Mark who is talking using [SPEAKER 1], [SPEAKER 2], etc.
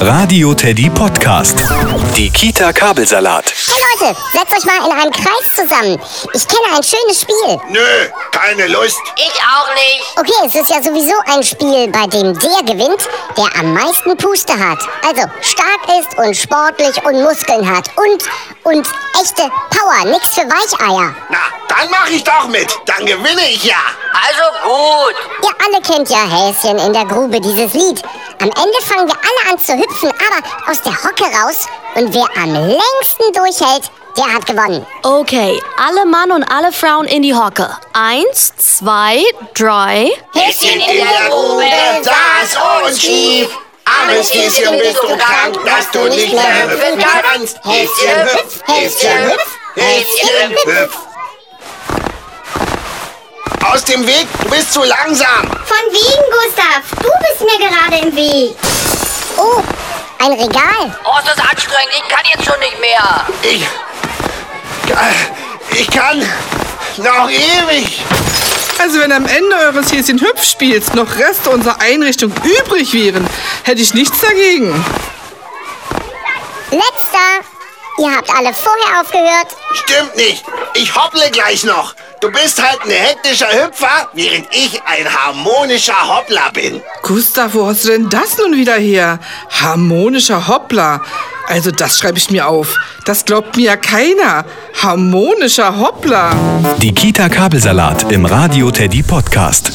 [SPEAKER 1] Radio Teddy Podcast. Die Kita Kabelsalat.
[SPEAKER 2] Hey Leute, setzt euch mal in einem Kreis zusammen. Ich kenne ein schönes Spiel.
[SPEAKER 3] Nö, keine Lust.
[SPEAKER 4] Ich auch nicht.
[SPEAKER 2] Okay, es ist ja sowieso ein Spiel, bei dem der gewinnt, der am meisten Puste hat. Also stark ist und sportlich und Muskeln hat. Und, und echte Power, nix für Weicheier.
[SPEAKER 3] Na, dann mach ich doch mit. Dann gewinne ich ja.
[SPEAKER 4] Also gut.
[SPEAKER 2] Ihr alle kennt ja Häschen in der Grube, dieses Lied. Am Ende fangen wir alle an zu hüpfen, aber aus der Hocke raus. Und wer am längsten durchhält, der hat gewonnen.
[SPEAKER 5] Okay, alle Mann und alle Frauen in die Hocke. Eins, zwei, drei.
[SPEAKER 3] Häschen in der Grube saß und schief. Armes Häschen bist du krank, dass du nicht mehr hüpfen kannst. Häschen hüpf, Häschen hüpf, Häschen hüpf. Aus dem Weg, du bist zu langsam.
[SPEAKER 6] Von wegen, Gustav. Du bist mir gerade im Weg.
[SPEAKER 2] Oh, ein Regal.
[SPEAKER 4] Oh, es ist anstrengend. Ich kann jetzt schon nicht mehr.
[SPEAKER 3] Ich. Ich kann noch ewig.
[SPEAKER 7] Also wenn am Ende eures Häschen hübsch spiels noch Reste unserer Einrichtung übrig wären, hätte ich nichts dagegen.
[SPEAKER 2] Letzter. Ihr habt alle vorher aufgehört.
[SPEAKER 3] Stimmt nicht. Ich hopple gleich noch. Du bist halt ein hektischer Hüpfer, während ich ein harmonischer Hoppler bin.
[SPEAKER 7] Gustav, wo hast du denn das nun wieder her? Harmonischer Hoppler. Also das schreibe ich mir auf. Das glaubt mir ja keiner. Harmonischer Hoppler.
[SPEAKER 1] Die Kita Kabelsalat im Radio Teddy Podcast.